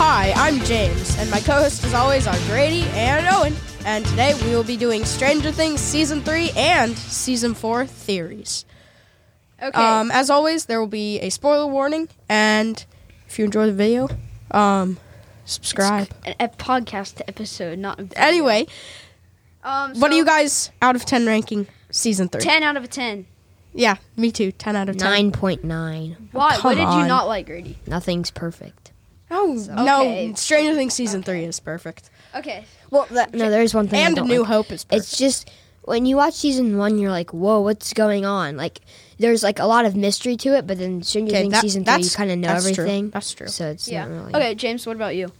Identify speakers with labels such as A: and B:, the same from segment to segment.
A: I'm James, and my co hosts, as always, are Grady and Owen. And today we will be doing Stranger Things Season 3 and Season 4 theories.
B: Okay.
A: Um, as always, there will be a spoiler warning, and if you enjoy the video, um, subscribe.
B: a, a podcast episode, not a video.
A: Anyway,
B: Um,
A: what
B: so
A: are you guys out of 10 ranking Season 3?
B: Ten out of a ten.
A: Yeah, me too. 10 out of 10.
C: Nine point nine.
B: Why?
A: come
B: what did
A: on.
B: you not like, Grady?
C: Nothing's perfect.
A: Oh,
B: Okay.
A: no. Stranger Things Season 3 is perfect.
B: Okay.
C: Well, that, no, there's one thing. I
A: And
C: don't
A: New
C: like.
A: Hope is perfect.
C: It's just when you watch season one, you're like, "Whoa, what's going on?" Like, there's like a lot of mystery to it, but then Stranger
A: Okay,
C: Things
A: that-
C: season three, you
A: that's-
C: kind of know
A: that's true.
C: everything.
A: That's true.
C: So it's
B: Yeah.
C: not really.
B: Okay, James. What about you?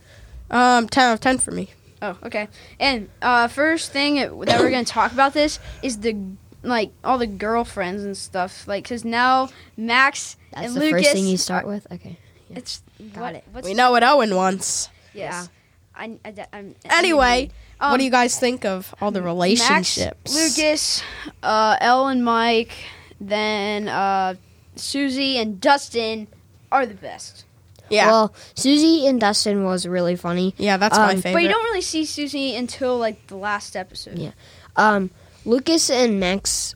A: um, 10 out of 10 for me.
B: Oh, okay. And uh, first thing that we're gonna talk about this is the like all the girlfriends and stuff. Like, cause now Max
C: That's
B: and
C: the
B: Lucas.
C: first thing you start
A: uh,
C: with. Okay.
B: It's
C: Got
B: what,
C: it.
B: What's
A: We know what Owen wants.
B: Yes. I, I, I'm,
A: Anyway,
B: um,
A: what do you guys think of all the relationships?
B: Max, Lucas, uh, Elle and Mike, then uh, Susie and Dustin are the best.
A: Yeah.
C: Well, Susie and Dustin was really funny.
A: yeah, that's my
C: um, but you
A: favorite.
B: But you don't really see Susie until like the last episode.
C: Yeah. Um, Lucas and Max.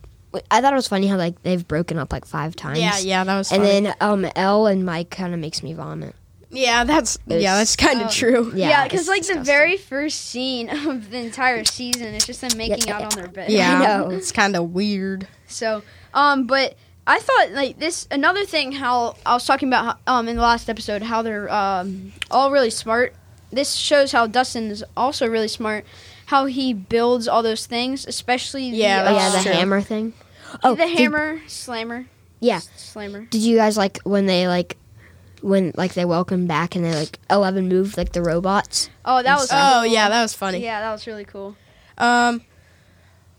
C: I thought it was funny how like they've broken up like five times.
A: yeah, yeah, that was
C: And
A: funny.
C: then um, Elle and Mike kind of makes me vomit.
A: Yeah, that's yeah, that's
C: It's-
A: kind of
B: um,
A: true.
C: Oh, Yeah,
B: Yeah, because
C: it's
B: like the
C: disgusting.
B: very first scene of the entire season is just them making
C: yeah,
B: out
C: yeah.
B: on their bed.
A: Yeah,
C: I know.
A: it's kind of weird.
B: So, um, but I thought like this another thing how I was talking about how- um in the last episode how they're um all really smart. This shows how Dustin is also really smart. How he builds all those things, especially
A: Yeah,
B: the, uh,
C: Oh, yeah,
A: that's
C: the
A: true.
C: hammer thing. Oh,
B: the
C: did-
B: hammer slammer.
C: Yeah.
B: slammer.
C: Did you guys like when they like when like they welcome back and they like Eleven moved like the robots?
B: Oh, that was
A: Oh yeah, that was funny.
B: yeah, that was really cool.
A: Um,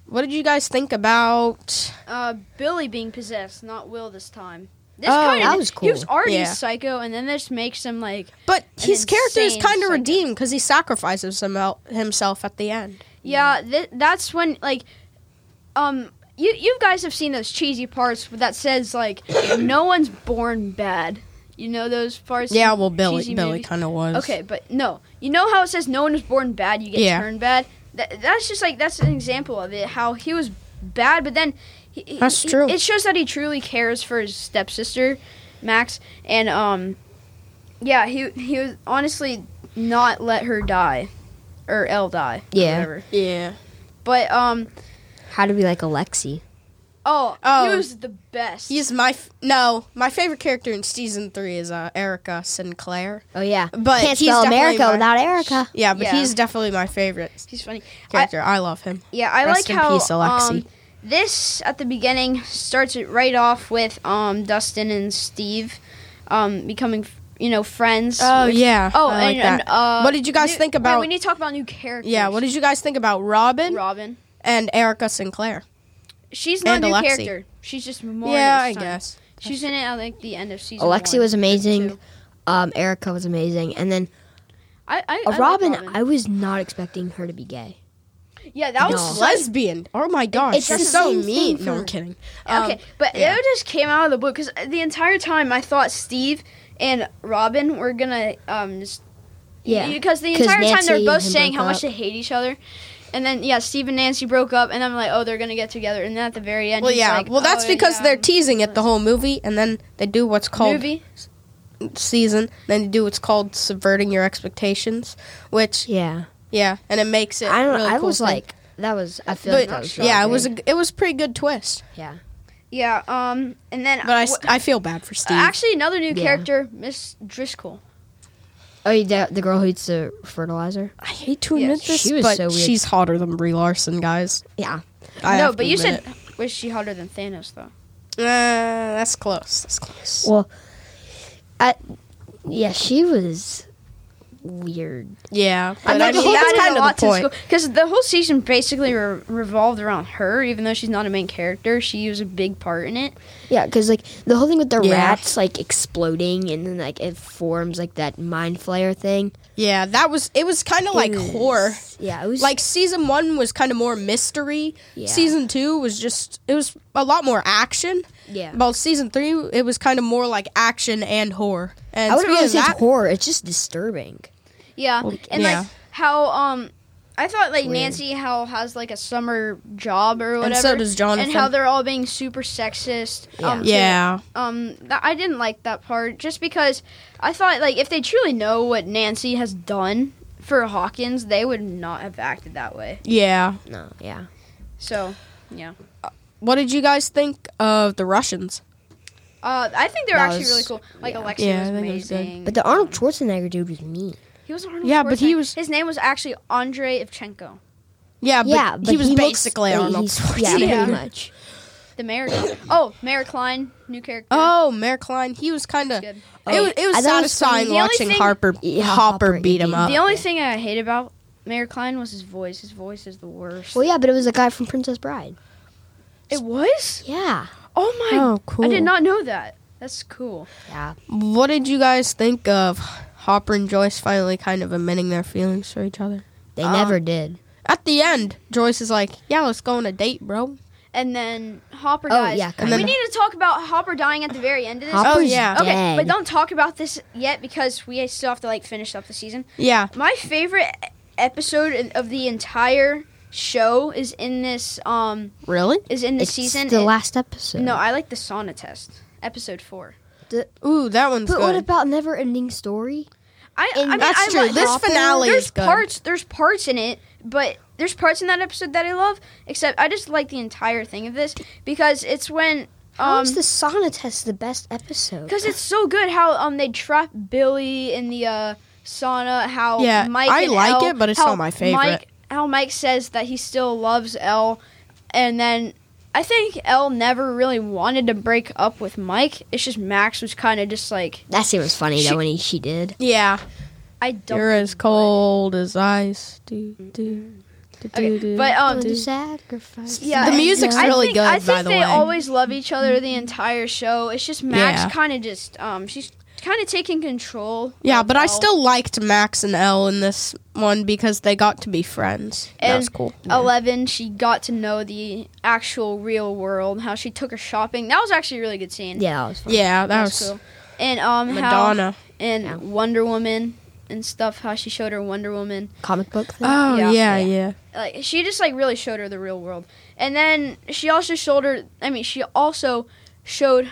A: what did you guys think about?
B: Uh, Billy being possessed, not Will this time. This
A: Oh,
B: kind of
C: that was
B: He was
C: cool.
B: already
A: Yeah.
B: psycho, and then this makes him like
A: But
B: An
A: his character is
B: insane
A: kind of
B: psycho.
A: redeemed because he sacrifices himel- himself at the end.
B: Yeah, th- that's when like, um, you you guys have seen those cheesy parts that says like, no one's born bad. You know those parts.
A: Yeah,
B: in
A: well, Billy
B: cheesy
A: Billy
B: movies?
A: kind of was.
B: Okay, but no, you know how it says no one is born bad. You get
A: Yeah.
B: turned bad. That, that's just like that's an example of it. How he was bad, but then he, he-
A: That's
B: he-
A: true.
B: it shows that he truly cares for his stepsister, Max, and um, yeah, he he was honestly not let her die, or Elle die. or
C: Yeah.
B: whatever.
A: Yeah.
B: But um
C: How do we like Alexi?
B: oh,
A: Oh.
B: he was the best.
A: He's my f- no. My favorite character in season three is uh, Erica Sinclair.
C: Oh yeah,
A: But
C: can't
A: he's
C: spell
A: definitely
C: America
A: my-
C: without Erica.
A: Yeah, but
B: Yeah.
A: he's definitely my favorite
B: he's funny. I,
A: character. I, love him.
B: yeah, I
A: Rest
B: like
A: in
B: how
A: peace, Alexi.
B: um, this at the beginning starts it right off with um Dustin and Steve um becoming you know friends. with-
A: yeah.
B: Oh,
A: I like
B: and, and,
A: that.
B: uh,
A: What did you guys
B: new-
A: think
B: wait,
A: about-
B: we need to talk about new characters.
A: yeah. What did you guys think about Robin
B: Robin?
A: and Erica Sinclair?
B: She's not
A: And
B: a new
A: Alexi.
B: character. She's just more.
A: yeah, I
B: this time.
A: guess.
B: she's in it at like the end of season.
C: Alexi
B: one,
C: was amazing.
B: two.
C: Um, Erica was amazing, and then
B: I, I,
C: uh,
B: I like
C: Robin,
B: Robin.
C: I was not expecting her to be gay.
B: yeah, that
C: No.
B: was
A: She's lesbian. Oh my gosh,
C: it's
A: you're
C: the
A: so
C: same thing
A: mean.
C: for-
A: No, I'm kidding. Um,
C: Um,
B: Okay, but
A: yeah.
B: it just came out of the blue because the entire time I thought Steve and Robin were gonna um just
C: Yeah.
B: because the
C: 'Cause
B: entire time
C: Nancy
B: they're both
C: and him
B: saying
C: broke
B: how much
C: up.
B: they hate each other, and then yeah, Steve and Nancy broke up, and I'm like, oh, they're gonna get together, and then at the very end,
A: Well,
B: he's
A: yeah.
B: like,
A: well, that's
B: oh,
A: because
B: yeah,
A: they're teasing it the whole movie, and then they do what's called
B: movie.
A: season. Then they do what's called subverting your expectations, which
C: Yeah,
A: yeah, and it makes it.
C: I don't.
A: really
C: I
A: cool
C: was
A: thing.
C: like, that was. I feel like
A: but,
C: that was. really
A: yeah, it was
C: good.
A: a, it was a pretty good twist.
C: yeah.
B: Yeah, um, and then
A: But I,
B: wh-
A: s- I feel bad for Steve.
B: actually another new
C: Yeah.
B: character, Miss Driscoll.
C: Oh, the, the girl who eats the fertilizer.
A: I hate to
B: Yeah,
A: admit
C: she
A: this,
C: was
A: but
C: so weird.
A: she's hotter than Brie Larson, guys.
C: Yeah.
A: I
B: no,
A: have
B: but
A: to
B: you
A: admit
B: said was she hotter than Thanos though?
A: it. uh, that's close. That's close.
C: Well, I, yeah, she was weird.
A: yeah, but
B: I mean,
A: I mean, that's kind of the point.
B: Because the whole season basically re- revolved around her, even though she's not a main character. She was a big part in it.
C: Yeah, because like the whole thing with the
A: Yeah.
C: rats like exploding and then like it forms like that mind flayer thing.
A: Yeah, that was it. Was kind of
C: It
A: like
C: was-
A: horror.
C: Yeah, it was
A: Like season one was kind of more mystery.
C: Yeah.
A: Season two was just it was a lot more action.
C: yeah.
A: Well, season three it was kind of more like action and horror. And
C: I wouldn't
A: speaking
C: really
A: of
C: say
A: that-
C: it's horror. It's just disturbing.
B: Yeah,
C: Well,
B: and
A: yeah.
B: like how um, I thought like
C: Weird.
B: Nancy how has like a summer job or whatever,
A: And so does Jonathan.
B: and how they're all being super sexist. Um, to-
A: yeah.
B: um, th- I didn't like that part just because I thought like if they truly know what Nancy has done for Hawkins, they would not have acted that way.
A: Yeah.
C: No, yeah.
B: So.
A: What did you guys think of the Russians?
B: Uh, I think they're
C: That
B: actually
C: was-
B: really cool. Like
C: yeah.
B: Alexia
A: Yeah,
B: was
A: I think it was good.
B: amazing.
C: But the Arnold Schwarzenegger dude was mean.
B: he was Arnold
A: Yeah, but he
B: Schwarzenegger.
A: was-
B: His name was actually Andrei Ivchenko,
A: Yeah, but,
C: yeah, but
A: he was
C: looks-
A: basically
C: he-
A: Arnold.
C: he's- Yeah,
B: Yeah.
C: pretty much.
B: the mayor. oh, Mayor Klein, new character.
A: Oh, Mayor Klein. He was kind of.
B: Good.
A: It was, it was
C: I thought it was
A: satisfying
B: funny. The only
A: watching
B: thing-
A: Harper
C: Yeah,
A: Hopper,
C: Hopper,
A: beat him
C: he-
A: up.
B: The only thing I hate about Mayor Klein was his voice. His voice is the worst.
C: Well, yeah, but it was a guy from Princess Bride.
B: It was?
C: Yeah.
B: Oh my!
A: Oh, cool.
B: I did not know that. That's cool.
C: Yeah.
A: What did you guys think of Hopper and Joyce finally kind of admitting their feelings for each other?
C: They
A: Um,
C: never did.
A: At the end, Joyce is like, "Yeah, let's go on a date, bro."
B: And then Hopper
C: Oh,
B: dies.
C: yeah,
B: we
C: And then-
B: need to talk about Hopper dying at the very end of this. Oh,
C: Hopper's
A: yeah.
B: okay,
C: dead.
B: but don't talk about this yet because we still have to like finish up the season.
A: Yeah,
B: My favorite e- episode in- of the entire show is in this um
A: really?
B: is in this
C: it's
B: season.
C: the
B: It-
C: last episode.
B: no, I like the sauna test. Episode four.
A: Ooh, that one's
C: but
A: good.
C: what about Never Ending Story?
B: I, I
C: And
B: mean,
A: that's
B: I
A: true.
B: like
A: This
B: Hopper.
A: finale
B: there's
A: is good.
B: parts. There's parts in it, but there's parts in that episode that I love. Except I just like the entire thing of this because it's when
C: How
B: um
C: is the sauna test the best episode?
B: because it's so good how um they trap Billy in the uh, sauna. How
A: Yeah,
B: Mike
A: I
B: and
A: like
B: Elle-
A: it, but it's
B: how
A: not my favorite.
B: Mike, how Mike says that he still loves L, and then. I think Elle never really wanted to break up with Mike. It's just Max was kind of just like,
C: that scene was funny
B: She-
C: though when he, she did.
A: yeah,
B: I don't.
A: you're as cold as ice. Do, do, do, do,
B: Okay,
A: do.
B: but um,
C: Would you sacrifice.
B: Yeah,
A: Oh, The
B: and
A: music's
B: I
A: really
B: think,
A: good,
B: I think
A: by the
B: they
A: way.
B: always love each other the entire show. It's just Max
A: Yeah.
B: kind of just um, she's kind of taking control.
A: yeah,
B: of
A: but I
B: Elle.
A: still liked Max and Elle in this one because they got to be friends.
B: And
A: That's cool.
B: Eleven, she got to know the actual real world. How she took her shopping. That was actually a really good scene.
C: Yeah, that was funny.
A: Yeah, that
B: that
A: was
B: was cool. And um, how-
A: Madonna.
B: and
C: Yeah.
B: Wonder Woman and stuff. How she showed her Wonder Woman.
C: Comic book thing.
A: Oh
B: Yeah.
A: yeah, yeah.
B: like she just like really showed her the real world and then she also showed her i mean she also showed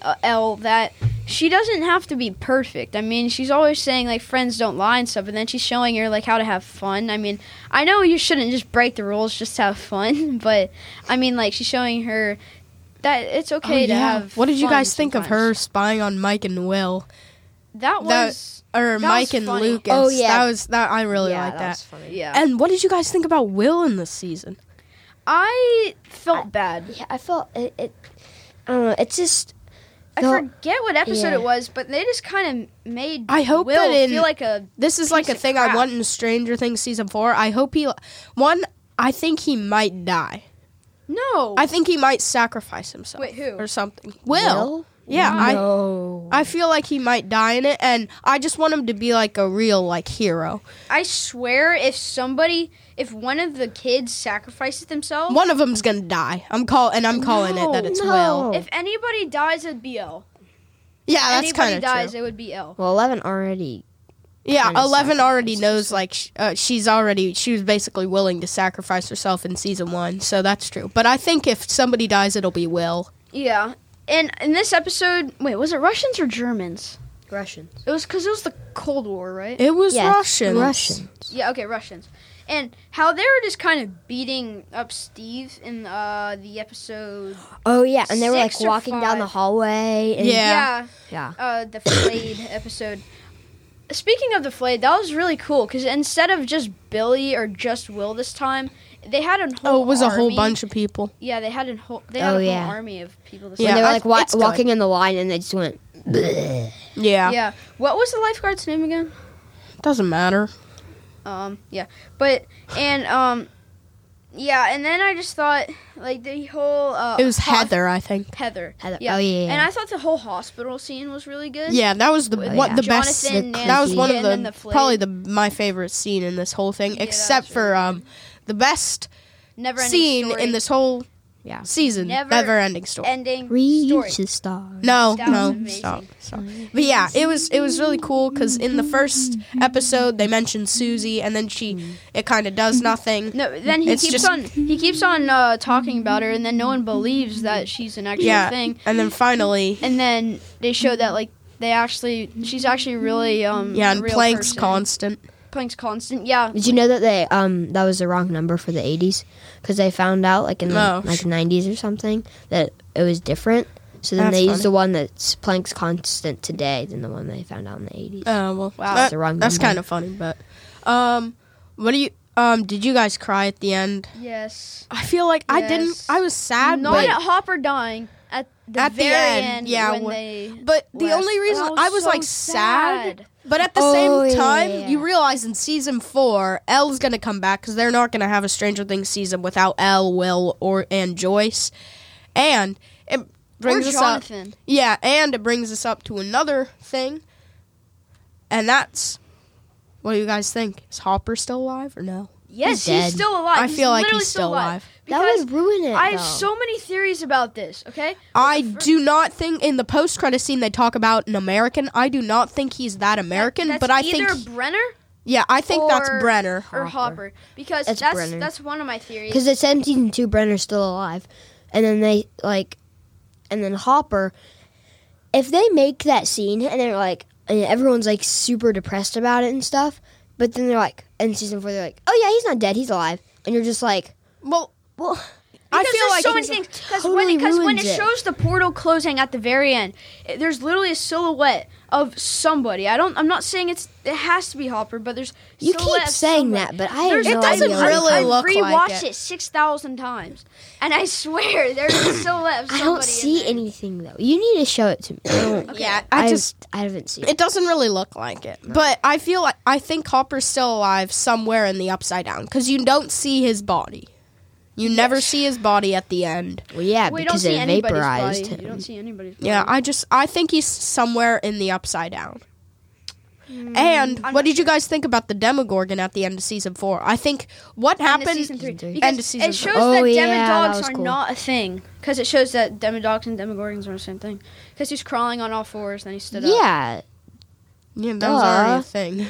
B: uh, l that she doesn't have to be perfect i mean she's always saying like friends don't lie and stuff and then she's showing her like how to have fun i mean i know you shouldn't just break the rules just to have fun but i mean like she's showing her that it's
A: Oh,
B: okay to
A: yeah.
B: have
A: What did you
B: fun
A: guys think of
B: sometimes.
A: her spying on Mike and Will? that-
B: that was
A: or
B: That was
A: Mike and
B: funny.
A: Lucas.
C: Oh, yeah.
A: that was that. I really
C: yeah,
A: like
C: that,
A: that.
C: was funny.
B: yeah
A: And what did you guys think about Will in this season?
B: i felt
C: I-
B: bad
C: Yeah, I felt it. it I don't know. It's just
B: I
C: No.
B: forget what episode
C: Yeah.
B: it was, but they just kind of made
A: I hope
B: Will
A: that in-
B: feel like a
A: This is like a
B: Piece of
A: thing I
B: crap.
A: want in Stranger Things season four. I hope he one. I think he might die.
B: no.
A: I think he might sacrifice himself.
B: Wait, who?
A: or something? Will. Yeah,
C: no.
A: I I feel like he might die in it, and I just want him to be like a real like hero.
B: I swear, if somebody, if one of the kids sacrifices themselves,
A: One of them's gonna die. I'm call and I'm calling it that
C: No,
A: it's
C: no.
A: Will.
B: if anybody dies, it'd be L.
A: Yeah, that's kind
B: anybody
A: of
B: dies,
A: true.
B: it would be L.
C: well, Eleven already.
A: Yeah,
C: kinda
A: Eleven already
C: sacrificed
A: knows like sh- uh, she's already she was basically willing to sacrifice herself in season one, so that's true. But I think if somebody dies, it'll be Will.
B: Yeah. And in this episode, wait, was it Russians or Germans?
C: Russians.
B: It was because it was the Cold War, right?
A: It was
C: Yeah,
A: Russian.
C: Russians.
B: yeah, okay, Russians. And how they were just kind of beating up Steve in uh, the episode.
C: Oh yeah, and they were like
B: Six or
C: walking down the
B: five.
C: hallway. And
A: Yeah.
C: Yeah.
B: uh, the flayed episode. Speaking of the flayed, that was really cool because instead of just Billy or just Will this time, they had a whole.
A: Oh, it was a whole
B: army-
A: bunch of people.
B: Yeah, they had a whole. They had
C: Oh,
B: a whole
C: yeah.
B: army of people. This
A: Yeah,
C: When
B: time.
C: they were
A: I-
C: like wa-
A: it's good.
C: walking in the line, and they just went. "Bleh."
A: Yeah,
B: yeah. What was the lifeguard's name again?
A: doesn't matter.
B: Um, yeah, but and um, yeah, and then I just thought like the whole. Uh,
A: It was
B: hos-
A: Heather, I think.
B: Heather.
C: Heather.
B: Yeah.
C: Oh, yeah, yeah.
B: And I thought the whole hospital scene was really good.
A: Yeah, that was the
B: With
A: what
C: yeah.
A: the best.
B: Jonathan,
A: that was
B: Nancy,
A: one of
B: and
A: the,
B: then the flayed.
A: probably the my favorite scene in this whole thing,
B: Yeah, that
A: except
B: was
A: for
B: really
A: um the best
B: Never ending
A: scene
B: story.
A: in this whole
C: Yeah.
A: season,
B: Never
A: never ending story.
B: Ending story.
C: Reach the stars.
A: No,
B: That was
A: no,
B: amazing.
A: stop, stop. But yeah, it was it was really cool because in the first episode they mentioned Susie, and then she it kind of does nothing.
B: No, then he
A: It's
B: keeps
A: just-
B: on he keeps on uh, talking about her, and then no one believes that she's an actual
A: Yeah.
B: thing.
A: And then finally,
B: And then they show that like they actually she's actually really um
A: yeah,
B: a
A: and
B: real
A: Plank's
B: person.
A: constant.
B: Plank's constant. Yeah,
C: Did you know that they um that was the wrong number for the 80s because they found out like in the
A: Oh.
C: like 90s or something that it was different. So then
A: That's
C: they
A: funny.
C: used the one that's Planck's constant today than the one they found out in the 80s.
A: Oh well,
B: Wow.
A: that-
C: It's the wrong
A: that's
C: number.
A: kind of funny. But um, what do you um? Did you guys cry at the end?
B: yes.
A: I feel like I didn't.
B: Yes.
A: I was sad,
B: Not
A: but
B: at Hopper dying at the
A: At the
B: very
A: end,
B: end,
A: yeah,
B: when
A: when-
B: they
A: but the
B: left.
A: only reason
B: Oh,
A: I was
B: so
A: like sad, but at the
C: Oh,
A: same
C: yeah,
A: time,
C: yeah, yeah.
A: you realize in season four, Elle's gonna come back because they're not gonna have a Stranger Things season without Elle, Will, or and Joyce, and it brings
B: or
A: us up.
B: Jonathan.
A: Yeah, and it brings us up to another thing, and that's what do you guys think? Is Hopper still alive or no?
B: Yes,
C: He's
B: Uh, he's,
C: dead.
B: still alive.
A: I feel like
B: literally
A: he's still alive.
C: that
B: because
C: would ruin it.
B: I have
C: though.
B: so many theories about this. Okay,
A: I do not think in the post credit scene they talk about an American. I do not think he's that American,
B: That's
A: but I
B: either
A: think
B: Brenner
A: yeah, I think that's
B: or-
A: Brenner.
B: or Hopper,
C: Hopper.
B: because
C: It's
B: that's
C: Brenner.
B: that's one of my theories.
C: Because it said in season two Brenner's still alive, and then they like, and then Hopper. If they make that scene and they're like, and everyone's like super depressed about it and stuff, but then they're like, in season four they're like, oh yeah, he's not dead, he's alive, and you're just like,
A: Well,
C: well,
A: I
B: Because
A: feel
B: there's
A: like
B: so many
A: he's-
B: things. Because
C: totally
B: when, 'cause when it
C: ruins it.
B: shows the portal closing at the very end, it- there's literally a silhouette of somebody. I don't. I'm not saying it's. It has to be Hopper, but there's.
C: you
B: silhouette
C: keep
B: of
C: saying
B: somebody.
C: that, but I have
B: There's-
C: no
A: It doesn't
C: idea.
A: really
B: I've
A: look like
B: rewatched
A: it.
B: it, six thousand times, and I swear there's a silhouette. Of
C: I
B: somebody
C: don't
B: in
C: see
B: there.
C: anything though. You need to show it to me. I don't-
A: yeah, I just
C: I haven't seen. it.
A: it doesn't really look like it. But I feel like I think Hopper's still alive somewhere in the Upside Down because you don't see his body. You never see his body at the end.
C: Well, yeah,
B: Well, you don't
C: because
B: see
C: it
B: anybody's
C: vaporized
B: body. You
C: him.
B: don't see anybody's body.
A: Yeah, I just I think he's somewhere in the Upside Down. And
B: Mm, I'm
A: what
B: not
A: did you guys think about the Demogorgon at the end of season four? I think what
B: End
A: happened
B: of season three.
C: Season three.
B: Because
A: End of season
B: it
A: three.
B: shows
C: Oh,
B: that
C: yeah, that
B: demodogs
C: was
B: are
C: cool.
B: not a thing. Because it shows that demodogs and demogorgons are the same thing. Because he's crawling on all fours, then he stood up.
C: Yeah,
A: Yeah, that was already
C: Duh.
A: a thing.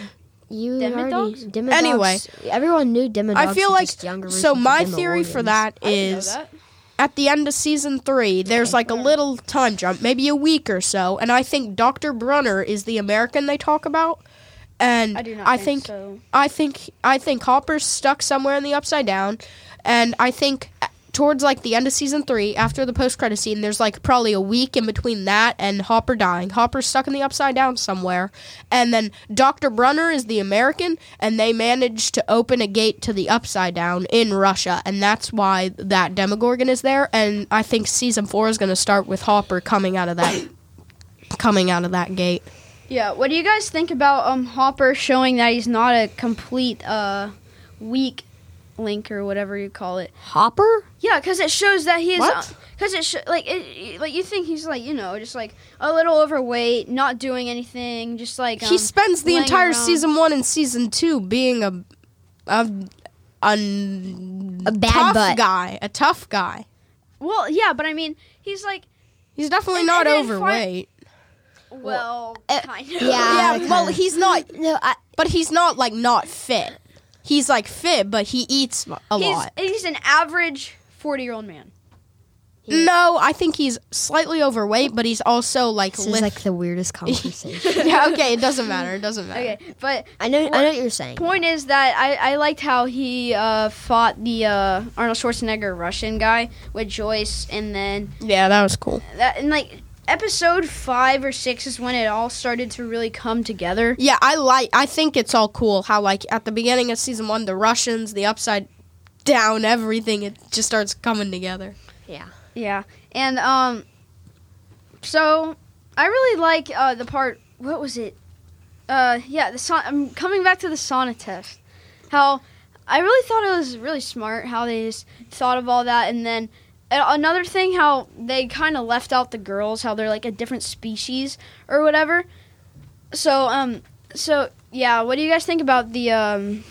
C: You
B: Demidogs?
C: already Demidogs.
A: Anyway.
C: everyone knew Demidogs.
A: I feel
C: were
A: like
C: just younger
A: so.
C: versions of
A: My theory for
C: Demogorgons.
A: that
B: I didn't know
A: is
B: that.
A: at the end of season three, there's like a little time jump, maybe a week or so, and I think Doctor Brunner is the American they talk about, and
B: I do not.
A: I
B: think,
A: think,
B: so.
A: I think I think Hopper's stuck somewhere in the Upside Down, and I think uh, towards like the end of season three, after the post credit scene, there's like probably a week in between that and Hopper dying. Hopper's stuck in the Upside Down somewhere, and then Doctor Brunner is the American, and they managed to open a gate to the Upside Down in Russia, and that's why that Demogorgon is there. And I think season four is going to start with Hopper coming out of that coming out of that gate.
B: Yeah. What do you guys think about um Hopper showing that he's not a complete uh weak link or whatever you call it?
C: Hopper.
B: Yeah, because it shows that he is.
A: What?
B: Because it sho- like it, like you think he's like you know just like a little overweight, not doing anything, just like um,
A: he spends the
B: laying
A: entire
B: around.
A: season one and season two being a a, a,
C: A bad
A: tough
C: butt.
A: guy, a tough guy.
B: Well, yeah, but I mean he's like
A: He's definitely
B: And-
A: not
B: and then fi-
A: overweight.
B: well,
C: uh,
B: kind of
C: yeah.
A: yeah, well,
C: kinda.
A: he's not,
C: No, I,
A: but he's not like not fit. He's like fit, but he eats m- a
B: he's,
A: lot.
B: He's an average forty year old man.
A: No, I think he's slightly overweight, but he's also like
C: this
A: lift-
C: is like the weirdest conversation.
A: yeah, okay, it doesn't matter. It doesn't matter.
B: Okay, but
C: I know. I know what you're saying.
B: point is that I, I liked how he uh, fought the uh, Arnold Schwarzenegger Russian guy with Joyce, and then
A: Yeah, that was cool.
B: that and like episode five or six is when it all started to really come together.
A: Yeah, I like. I think it's all cool how like at the beginning of season one, the Russians, the upside down, everything, it just starts coming together.
B: Yeah, and um, so I really like uh, the part. What was it? Uh, yeah, the son. I'm coming back to the sauna test. How I really thought it was really smart how they just thought of all that, and then a- another thing how they kind of left out the girls, how they're like a different species or whatever. So um, so yeah, what do you guys think about the um?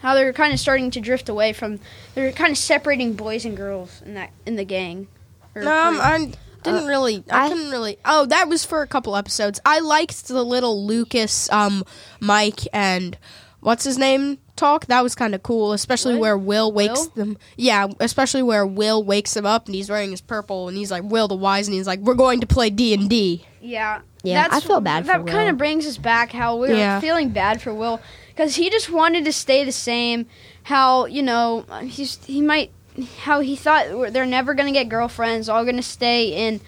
B: How they're kind of starting to drift away from. They're kind of separating boys and girls in that in the gang. or
A: Um,
B: group.
A: I didn't really. uh, I,
C: I-
A: didn't really. Oh, that was for a couple episodes. I liked the little Lucas, um, Mike, and what's his name talk. That was kind of cool, especially
B: What?
A: where Will wakes
B: Will?
A: them. Yeah, especially where Will wakes him up and he's wearing his purple and he's like Will the Wise and he's like, "We're going to play D and D."
B: Yeah.
C: Yeah, I feel bad for
B: That
C: Will.
B: kind of brings us back how we were
A: Yeah.
B: feeling bad for Will because he just wanted to stay the same. How you know he's he might how he thought we're- they're never gonna get girlfriends, all gonna stay in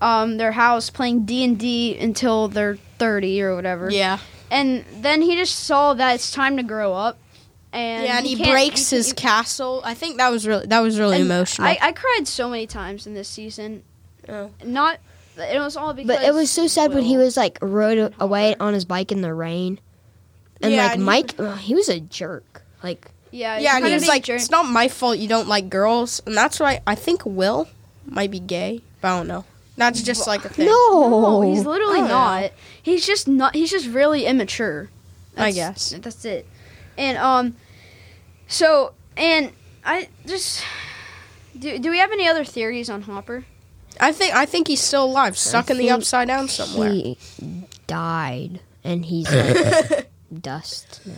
B: um, their house playing D and D until they're thirty or whatever.
A: Yeah,
B: And then he just saw that it's time to grow up. And
A: yeah, and he,
B: can't-
A: breaks
B: he-
A: his
B: he-
A: castle. I think that was really that was really
B: and
A: emotional.
B: I, I cried so many times in this season.
A: Oh.
B: Not it was all because.
C: But it was so sad when he
B: Will.
C: was like rode a- away on his bike in the rain, and
A: Yeah,
C: like
A: and he-
C: Mike, ugh, he was a jerk. Like
B: Yeah,
A: yeah, and
B: kinda
A: he was
B: being
A: like,
B: jer-
A: "It's not my fault you don't like girls," and that's why I think Will might be gay. But I don't know. That's just like a thing.
C: no,
B: No, he's literally
A: Oh.
B: not. He's just not. He's just really immature.
A: I
B: That's-
A: guess.
B: that's it. And um, so and I just do. Do we have any other theories on Hopper?
A: I think I think he's still alive, stuck in the
C: think
A: upside down somewhere.
C: he died, and he's like, dust. now.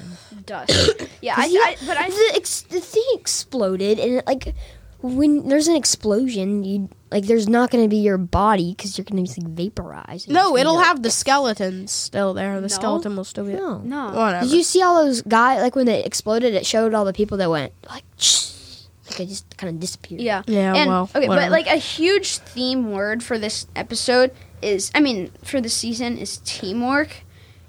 B: Dust. yeah, I,
C: He-
B: I. But I.
C: the, ex- the thing exploded, and it, like when there's an explosion, you like there's not going to be your body because you're going to be like vaporized. and it's
A: no,
C: gonna
A: it'll
C: be, like,
A: have the skeletons still there. The
B: No.
A: skeleton will still be there.
C: No.
B: No.
A: Whatever.
C: Did you see all those guys? Like when it exploded, it showed all the people that went like, like it just kind of disappeared.
B: Yeah.
A: Yeah,
B: And,
A: well,
B: Okay,
A: whatever.
B: but like a huge theme word for this episode is, I mean, for the season is teamwork,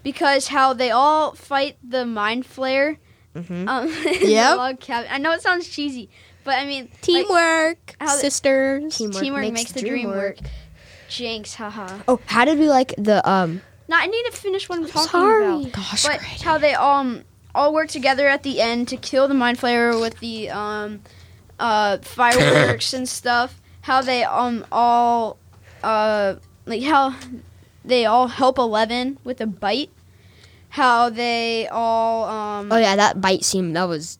B: because how they all fight the mind flare.
C: Mhm.
B: Um, in
A: Yep.
B: the log cabin. I know it sounds cheesy, but I mean, like,
A: Teamwork,
B: how the-
A: sisters.
C: Teamwork,
B: teamwork makes, the dream work. Jinx, haha.
C: Oh, how did we like the um?
B: Now I need to finish what I'm talking
C: sorry.
B: about.
A: Gosh,
B: But
A: Grady.
B: how they um all work together at the end to kill the mind flayer with the um uh fireworks and stuff. How they um all uh like how they all help Eleven with a bite. How they all um
C: Oh yeah, that bite scene that was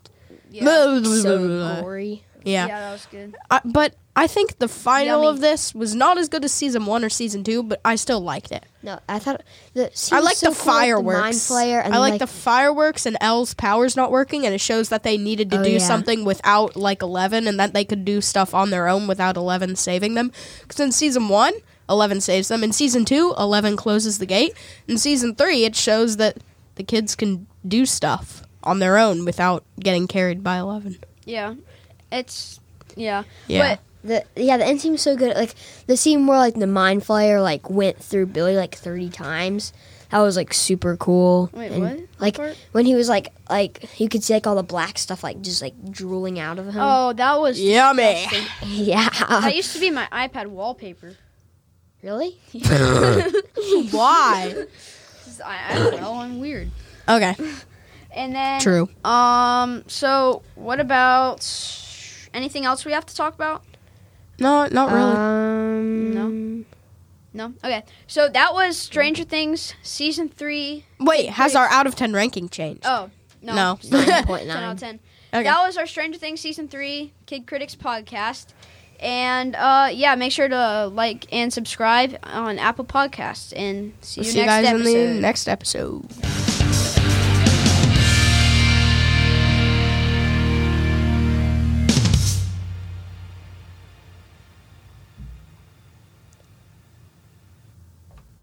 B: yeah.
C: so gory.
A: yeah.
B: Yeah, that was good.
A: I- but I think the final
B: Yummy.
A: of this was not as good as season one or season two, but I still liked it.
C: No, I thought the scene
A: I
C: was
A: like
C: so
A: the
C: cool, like,
A: fireworks.
C: mind flare, and
A: I like,
C: like
A: the fireworks and Elle's powers not working, and it shows that they needed to
C: Oh,
A: do
C: yeah.
A: something without like Eleven, and that they could do stuff on their own without Eleven saving them. Because in season one, Eleven saves them. In season two, Eleven closes the gate. In season three, it shows that the kids can do stuff on their own without getting carried by Eleven.
B: Yeah. It's yeah.
A: Yeah.
B: But
C: the yeah the end scene was so good like the scene where like the mind flayer like went through billy like 30 times that was like super cool
B: Wait,
C: And,
B: what? What
C: like
B: part?
C: when he was like like you could see like all the black stuff like just like drooling out of him
B: oh, that was
A: Yummy.
C: yeah
B: That used to be my iPad wallpaper.
C: really
A: Why?
B: I, I don't know. I'm weird.
A: Okay.
B: And then
A: True.
B: Um. So, what about anything else we have to talk about?
A: No, not really.
C: Uh, um
B: No. Okay. So that was Stranger Things season three.
A: Wait, has our out of ten ranking changed?
B: Oh no.
A: No.
B: Sorry. ten out
C: 9.9
B: of ten.
A: Okay.
B: That was our Stranger Things season three Kid Critics podcast. And uh, yeah, make sure to like and subscribe on Apple Podcasts. And see you
A: See you
B: next
A: guys
B: episode.
A: in the next episode.